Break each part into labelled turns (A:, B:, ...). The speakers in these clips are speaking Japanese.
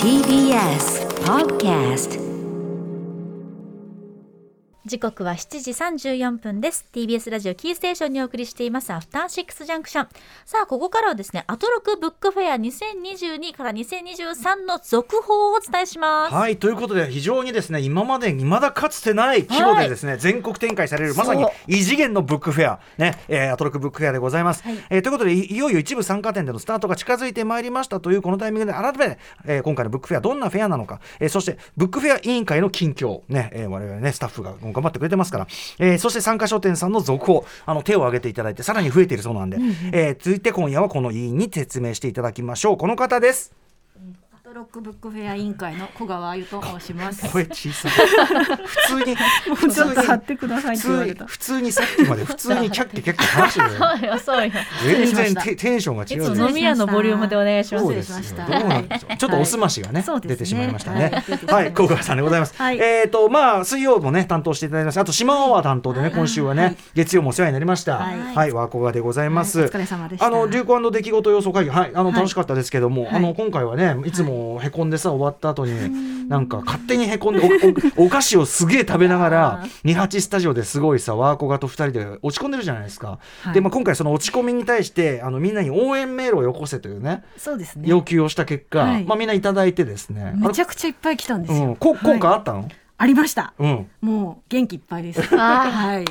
A: TBS Podcast
B: 時刻は7時34分です TBS ラジオキーステーションにお送りしていますアフターシックスジャンクションさあここからはですねアトロクブックフェア2022から2023の続報をお伝えします
C: はいということで非常にですね今までにまだかつてない規模でですね、全国展開されるまさに
B: そう
C: 異次元のブックフェアね、えーアトロックブックフェアでございます、えーということでいいよいよ一部参加店でのスタートが近づいてまいりましたというこのタイミングで改めて、えー今回のブックフェアどんなフェアなのか、えーそしてブックフェア委員会の近況ね、えー我々ねスタッフがもう頑張ってくれてますから、えーそして参加商店さんの続報あの手を挙げていただいてさらに増えているそうなんで、えー続いて今夜はこの委員に説明していただきましょうこの方です
D: アトロックブックフェア委員会の小川あゆと申します。
C: 声小さい普通に普
E: ちょっと貼っ
C: に
E: てくださいって言われ
C: 普通に
E: た。
C: 普通にさっきまで普通にキャッキャキャッキャ話してるよ
B: そうよ そうよ
C: 全
D: 失礼
C: 然
D: しました
C: テテンションが違
B: いうつ
C: ね
B: も飲み屋のボリュームでお願いします
C: そ
D: 失
C: う
D: 礼
C: で
D: し
C: すよ
D: ました
C: どうなんでしょうちょっとおすましがね、
D: そうですね
C: 出てしまいましたね
D: はい出てしま
C: はい
D: ました
C: い小川さんでございます、
D: はい
C: えっ、とまあ水曜もね担当していただきましたあと島尾は担当でね、今週はね、月曜もお世話になりましたは、
D: はいい
C: 和小川でございます、
D: はいお疲れ様でした
C: あの流行出来事予想会議はいあの
D: はい
C: 楽しかったですけども、
D: はい
C: あの今回はねいつもへこんでさ終わった後に、なんか勝手にへこんでおおお 菓子をすげえ食べながら28スタジオですごいさ和小川と二人で落ち込んでるじゃないですか、
D: はい
C: でまあ今回その落ち込みに対してあのみんなに応援メールをよこせというね
D: そうですね。
C: 要求をした結果、
D: はい
C: まあみんないただいてですね。
D: めち
C: ゃ
D: ゃくちゃいっぱい来たんです
C: う
D: よ。
C: ん、こ
D: はい
C: 効果あったの？
D: ありました。
C: うん。
D: もう元気いっぱいです。
B: あー
D: はい。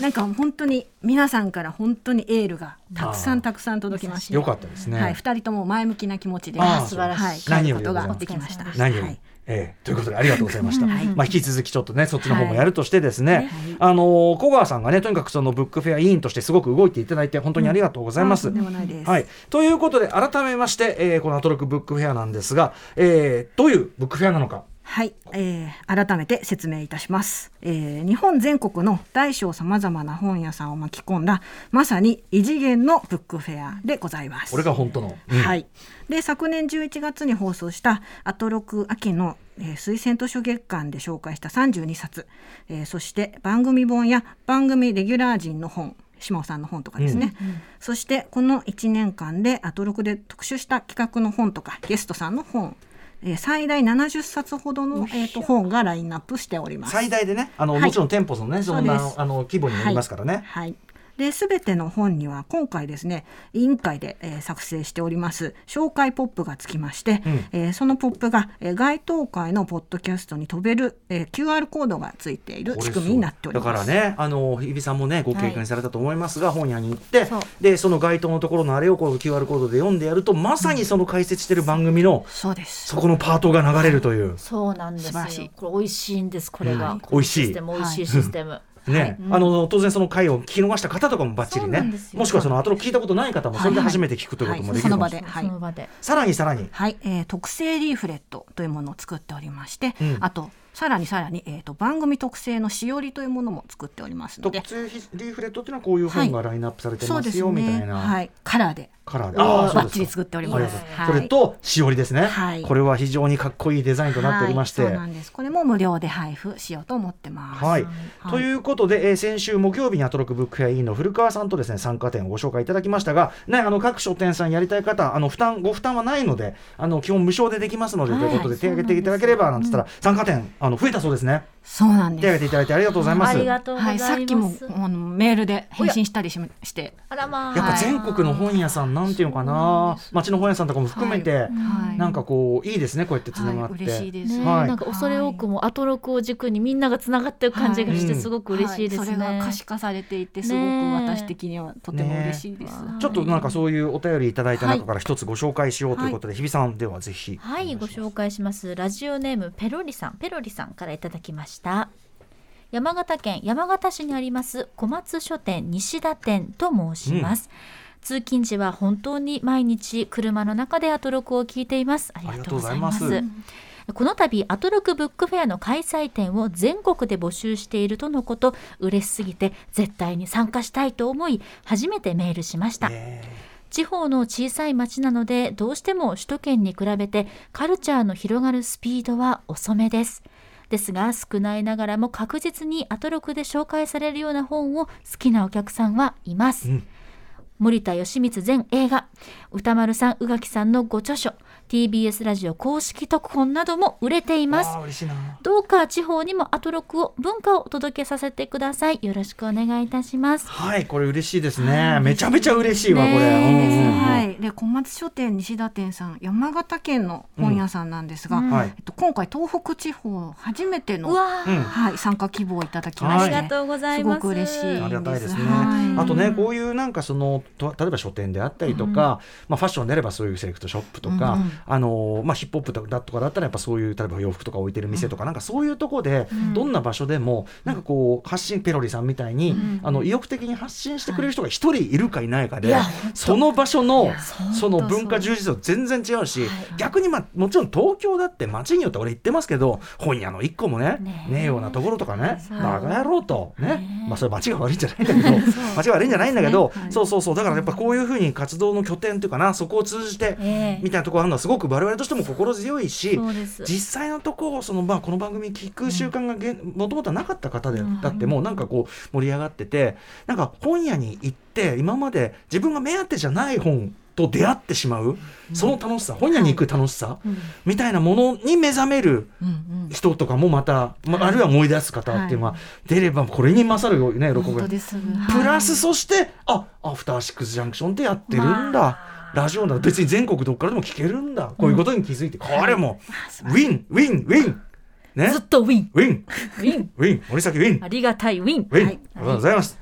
D: なんか本当に皆さんから本当にエールがたくさ
C: あー
D: んたくさん届きまして、
C: よかったですね。
D: はい、二人とも前向きな気持ちで、
C: あ
D: は
C: ー
D: い、
C: 素晴ら
B: し
C: 何
D: 帰る
C: よりでご
D: こと
C: ざい
D: が
C: ます
D: できました。
C: 何より、
D: はい
C: ええということでありがとうございました。
D: はい
C: まあ引き続きちょっとねそっちの方も
D: はい
C: やるとしてですね、
D: はい
C: あのー小川さんがねとにかくそのブックフェア委員としてすごく動いていただいて本当にありがとうございます。
D: あーとんでもないです。
C: はい、ということで改めまして、えーこのアトロックブックフェアなんですが、えーどういうブックフェアなのか
D: はい、えー改めて説明いたします、えー日本全国の大小さまざまな本屋さんを巻き込んだまさに異次元のブックフェアでございます
C: これが本当の。うん
D: はい、で昨年11月に放送した「アトロク秋の、えー推薦図書月間」で紹介した32冊、えーそして番組本や番組レギュラー陣の本島尾さんの本とかですね、そしてこの1年間でアトロクで特集した企画の本とかゲストさんの本、えー最大70冊ほどの、えーと本がラインナップしております。
C: 最大でね、あの、
D: はい
C: もちろん店舗のね、そんな
D: そうです
C: あの規模になりますからね。
D: はい。で、すべての本には今回ですね、委員会で、えー作成しております紹介ポップがつきまして、
C: うん
D: えーそのポップが、えー、該当会のポッドキャストに飛べる、えー QR コードがついている
C: これ
D: 仕組みになっております。
C: だからねあの日比さんもねご経験されたと思いますが、本屋に行って
B: そう
C: でその該当のところのあれをこう QR コードで読んでやるとまさにその解説してる番組の
D: そうです。
C: そこのパートが流れるという。
B: そうなんです
D: 素晴らし
B: よ
D: い
B: これ美味しいんですこれが、
C: うん
B: この
C: 美味しい
B: システム美味しいシステム、
C: ね、あの当然その回を聞き逃した方とかもバッチリ
B: そうなん
C: ね
B: ですよ
C: もしくはその後の聞いたことない方もそれで初めて聞くということもできるかもしれない、
D: はいはい
B: その場で
C: さらにさらに
D: はい、えー特製リーフレットというものを作っておりまして、
C: うん
D: あとさらにさらに、えー、と番組特製のしおりというものも作っておりますの
C: 特
D: で、
C: 通リーフレットっていうのはこういう本がラインナップされて
D: そう
C: ま
D: ですす
C: よ、みた
D: ね、
C: いな、
D: はい、カラーで
C: カラーで
D: バ
C: ああそう
D: ッ
C: で
D: チ
C: す
D: り
C: か
D: 作っており
C: あり
D: ま
C: がと
D: す
C: うござい。ます
D: はい
C: それとしおりですね、
D: はい
C: これは非常にかっこいいデザインとなっておりまして、
D: はい、そうなんですこれも無料で配布しようと思ってます。
C: はい、
D: い
C: ということで、えー先週木曜日にアトロックブックフェア委員の古川さんとですね参加店をご紹介いただきましたが、ね、あの各書店さんやりたい方あの負担ご負担はないのであの基本無償でできますので、
B: はい
C: ということで手挙げていただければなんつったら、参加店あの増えたそうですね
D: そうなん
C: 手
D: で
C: 挙げ
D: す。
C: ていただいてありがとうございま
B: あ
C: す。
B: り
C: やっ
B: がとうござ
D: はいい、
B: ます、
D: さっきもあのメールで返信したりしして、
B: あらまあ
C: ぱ全国の本屋さんなんていうのかな、町の本屋さんとかも含めて、
D: はい、
C: なんかこういいですねこうやってつなが
D: は
C: っ
D: い、
C: て、
D: 嬉しいです。
B: ね
C: はい
B: なんか恐れ多くもアトロクを軸にみんながつながってる感じがして
C: はい
B: すごく嬉しいですね。
D: はいそれが可視化されていてすごく私的にはとても嬉しいです。
B: ねえ
C: ちょっとなんかそういうお便りいただいた
D: は
C: 中
D: い
C: から一つご紹介しようということで、日比さんではぜひ
B: はい、ご紹介します。ラジオネームペロリさん、ペロリさんからいただきました。山形県山形市にあります小松書店西田店と申します。通勤時は本当に毎日車の中でアトロクを聞いています。ありがとうございま
C: あり
B: す。
C: がとうござい
B: この度アトロクブックフェアの開催店を全国で募集しているとのこと嬉しすぎて絶対に参加したいと思い初めてメールしました、
C: え
B: 地方の小さい町なのでどうしても首都圏に比べてカルチャーの広がるスピードは遅めですですが少ないながらも確実にアトロクで紹介されるような本を好きなお客さんはいます、
C: うん
B: 森田義満前映画歌丸さん宇垣さんのご著書 TBS ラジオ公式特本なども売れています
C: あー嬉しいな
B: どうか地方にもアトロクを文化をお届けさせてくださいよろしくお願いいたします
C: はいこれ嬉しいですねめちゃめちゃ嬉しいわこれ、
B: ねえ
C: うんうんうん
D: はい、で小松書店西田店さん山形県の本屋さんなんですが、
B: うん
C: はい
D: えっと、今回東北地方初めて
B: う
D: の、
B: わー、
C: うん
D: はい、参加希望をいただきま
B: あ
D: し
B: り
D: て、
B: がとうございます
D: すごく嬉しい
C: ありがたいですね。
D: はい
C: あとね、こういうなんかその、と例えば書店であったりとか、まあファッションであればそういうセレクトショップとか、
D: うんうん
C: あの、まあヒップホップだとかだったらやっぱそういう、例えば洋服とか置いてる店とか、なんかそういうとこで、どんな場所でも、なんかこう、発信、ペロリさんみたいに、あの、意欲的に発信してくれる人が一人いるかいないかで、その場所の、その文化充実度全然違うし、逆にまあ、もちろん東京だって街によって俺行ってますけど、本屋の一個もね、
B: ね
C: ね
B: え
C: えようなところとかね、
B: そう
C: バカやろうと、
B: ね
C: ね、まあそれ街が悪いんじゃないんだけど街が悪いんじゃないんだけど
D: そうですねはい
C: そうそうそうだからやっぱこういうふうに活動の拠点というかなそこを通じて
B: ええ
C: みたいなところがあるのはすごく我々としても心強いし
B: そうです
C: 実際のところそのまあこの番組聞く習慣がげんもともとはなかった方で
B: うん
C: だってもうなんかこう盛り上がっててなんか本屋に行って今まで自分が目当てじゃない本と出会ってしまうその楽しさ本屋に行く楽しさみたいなものに目覚める
D: うんうん、
C: 人とかもまた、まあ、あるいは思い出す方っていうのは、出ればこれに勝るよね喜
D: 本当
C: び
D: です、
C: プラスそしてあアフターシックスジャンクションってやってるんだ、ラジオなんだ別に全国どっからでも聞けるんだこういうことに気づいて、これもウィンウィンウィンね
B: ずっとウィン
C: ウィン
B: ウィン
C: ウィン森崎ウィン
B: ありがたいウィ
C: ウ
B: ン
C: ィン、
D: はい
C: ありがとうございます。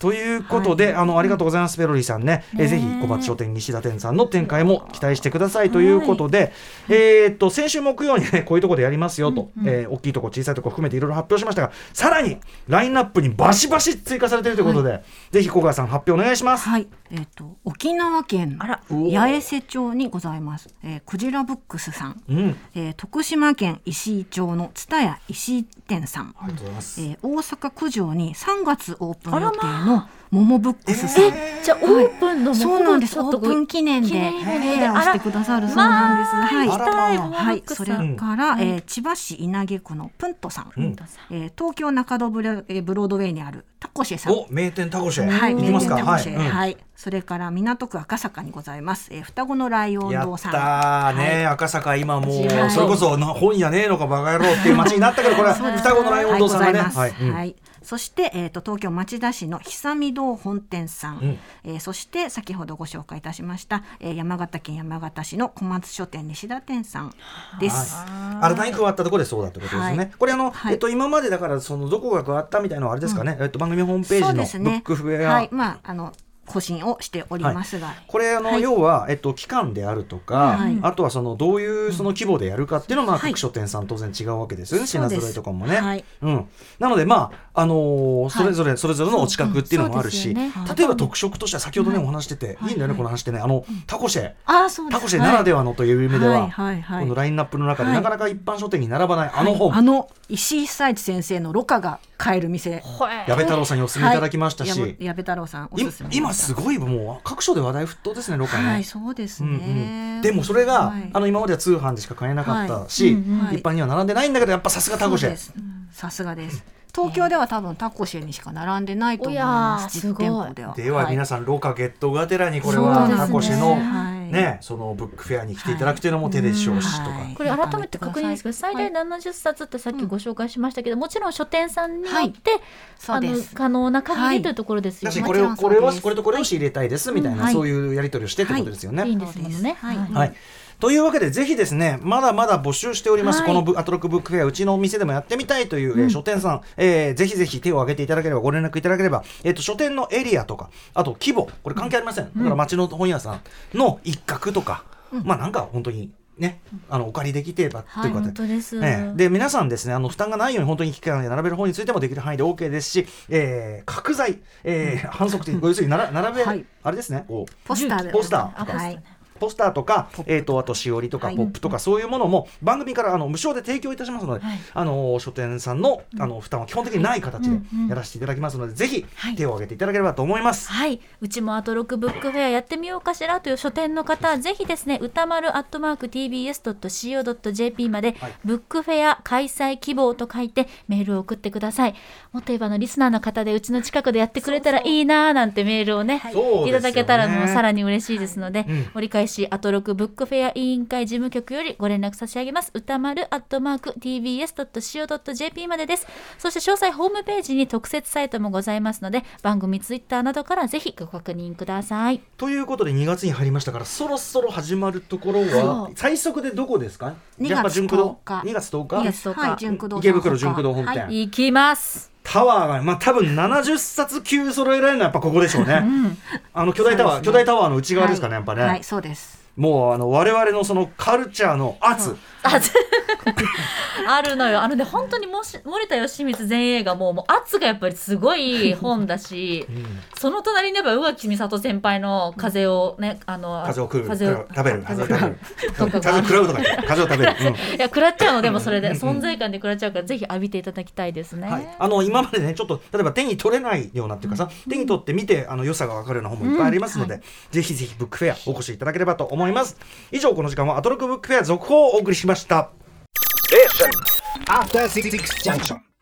C: ということで、あのありがとうございますペロリさんね、えーぜひ小鉢書店西田店さんの展開も期待してくださいということで、えーっと先週木曜にねこういうところでやりますよと、えー大きいとこ小さいとこ含めていろいろ発表しましたが、さらにラインナップにバシバシ追加されているということで、ぜひ小川さん発表お願いします。
D: はい、えっ、と沖縄県
B: あら
D: 八重瀬町にございます、えー、クジラブックスさん、
C: うん、
D: えー徳島県石井町の蔦屋石井店さん、
C: ありがとうございます。
D: えー大阪九条に3月オープン
B: あら
D: 予
B: ま
D: 定の桃ブックスさん、
B: えじゃあオープンのも
D: そうなんです。
B: ちょ
D: オ
B: っと
D: ー
B: こ
D: プ
B: う
D: ン記念で
B: 記念イベントで
D: フェアをしてくださるそうなんです。はい。
B: 行きたい
C: あらまあ
B: モ
D: は
B: ー
D: い、
B: ク
D: そ
B: さ
D: れ
B: ん
D: から、えー千葉市稲毛区のプントさん、
C: ん
D: えー東京中野ブロえーブロードウェイにあるタコシェさん、
C: お名店タコシェ、
D: はい、
C: 行きますか。
D: 名店タコシェ
C: うん
D: はい、それから港区赤坂にございます、えー双子のライオン
C: や
D: 堂
C: っ
D: さん、
C: たーね、
D: はい
C: 赤坂今も
B: 違う
C: うそれこそな本屋ねえのかバカ野郎っていう街になったけどこれは
D: そうです
C: 双子のライオン堂さんがね、
D: はいございます
C: うん
D: はいそして、えー、と東京町田市の久見堂本店さん、
C: ん
D: えーそして先ほどご紹介いたしました、えー山形県山形市の小松書店西田店さんです。
C: はい、新たに加わったところでそうだってことですね。
D: はい
C: これあの、
D: はい
C: えっと今までだからそのどこが加わったみたいなのはあれですかね。えっと番組ホームページ
D: そ
C: の
D: う
C: ブ
D: です
C: ッ
D: ね
C: クフェア、
D: はい、まああの更新をしておりますが、
C: これあの、
D: はい
C: 要は、えっと、期間であるとか、
D: はい
C: あとはそのどういうその規模でやるかっていうのは、まあ、
D: はい
C: 各書店さん当然違うわけですよね、
D: そ
C: 品
D: うです
C: 揃えとかもね。
D: はい
C: うん、なのでまあ、あのーそれぞれ、それぞれのお近くっていうのもあるし、
B: うんそうですよね
C: 例えば特色としては先ほどね、お話してて、い、いんだよね、この話してねあのタコシェ、
D: ああそう
C: タコシェならではのという意味では、
D: はいはいはい
C: このラインナップの中で、
D: はい
C: なかなか一般書店に並ばないあの本、
D: あの石井久一先生のろ過が買える店
C: 矢部太郎さんにお勧めいただきましたし、
D: はい、矢部太郎さんおす
C: 今
D: すめ
C: 今す
D: ご
C: ごいもう各所で話題沸騰ですねロカね、
D: はいそうです
C: う
D: ね、
C: んうん、でもそれが、
D: はい
C: あの今までは通販でしか買えなかったし、
B: はいうん
D: うんはい
C: 一般には並んでないんだけどやっぱさすがタコシ
D: そう
C: ェ
D: ですさすがです東京では多分タコシェにしか並んでないと思い
B: おや
D: ま
B: ー
D: す
B: す
D: 実
B: ごい
D: 店舗では
C: では皆
D: さ
C: さん、ロカゲットがてらにこれ
B: そう
C: は
B: ですね
C: タコシェの、
D: はい
C: ね、そのブックフェアに来ていただくというのも手でしょうしとか、
D: はい
B: これ改めて確認ですけど最大70冊ってさっきご紹介しましたけどもちろん書店さんによって
D: そ
B: あ
D: うで
B: の
D: す
B: 可能な限りというところですよ
C: だし
B: ね
C: これを
D: もちろ
C: こ
D: んそう
C: れ
D: です
C: はこれとこれを仕入れたいですみたいな、
D: はい
C: そういうやり取りをしてってことですよね。
B: いいんですもんね
D: はい
B: はい
C: はい。というわけで、ぜひですね、まだまだ募集しております、
B: はい
C: このブアトロックブックフェア、うちのお店でもやってみたいという、えー書店さん、えーぜひぜひ手を挙げていただければ、ご連絡いただければ、えっと書店のエリアとか、あと規模、これ関係ありません、だから町の本屋さんの一角とか、まあなんか本当にね、あのお借りできてばというか、
B: 本当です
C: ええで皆さんですねあの負担がないように本当に機械で並べる方についてもできる範囲で OK ですし、えー、角材、えー、反則という要するになら並べ、
D: はい
C: あれですねこう
D: ポスターで
C: ポスター
B: あ
C: とか
D: はい
C: ポスターとか、えー、とあとしおりとか、
D: はい
C: ポップとか、そういうものも番組からあの無償で提供いたしますので、
B: はい
C: あの書店さんのあの負担は基本的にない形で
B: うんうん
C: やらせていただきますので、ぜひ
B: はい
C: 手を挙げていただければと思います。
B: はいうちもアトロクブックフェアやってみようかしらという書店の方はぜひですね歌丸アットマーク TBS.CO.jp まで、
C: はい
B: ブックフェア開催希望と書いてメールを送ってくださいもっと言えばあのリスナーの方でうちの近くでやってくれたらいいなーなんてメールをね
C: そうですよね
B: いただけたらもうさらに嬉しいですので、
C: うん
B: 折り返返しアトロクブックフェア委員会事務局よりご連絡差し上げます歌丸アットマーク tbs.co.jp までですそして詳細ホームページに特設サイトもございますので番組ツイッターなどからぜひご確認ください
C: ということで2月に入りましたからそろそろ始まるところ
B: そ
C: は
B: う
C: 最速でどこですか
D: 2月
C: やっぱ順九堂
D: 10日
C: 2月10
B: 2
C: 日
B: 月10日
D: はい、純駆動
C: 池袋純駆動本店、
D: はい、
B: 行きます
C: タワーがまあ多分70冊級揃えられるのはやっぱここでしょうね、あの巨大タワー、
D: そうです
C: 巨
D: ね
C: 大タワーの内側ですかね、
D: はい
C: やっぱね、
D: はい、そうです。
C: もうあの我々のそのカルチャーの圧
B: あずあるのよあのね本当にもし森田義満前映画ももう圧がやっぱりすごい本だし、その隣にやっぱ宇垣美里先輩の風をねあの
C: 風を食う
B: 風を
C: 食べる風を食べる
B: とか
C: 風を
B: が
C: 食らうとか言って風を食べる、うん
B: いや食らっちゃうのでもそれで存在感で食らっちゃうからぜひ浴びていただきたいですね、
C: はい、あの今までねちょっと例えば手に取れないようなっていうかさ、手に取って見てあの良さが分かるような本もいっぱいありますので、ぜひぜひブックフェアお越しいただければと思います以上この時間はアトロックブックフェア続報をお送りしました
E: After Six Junction.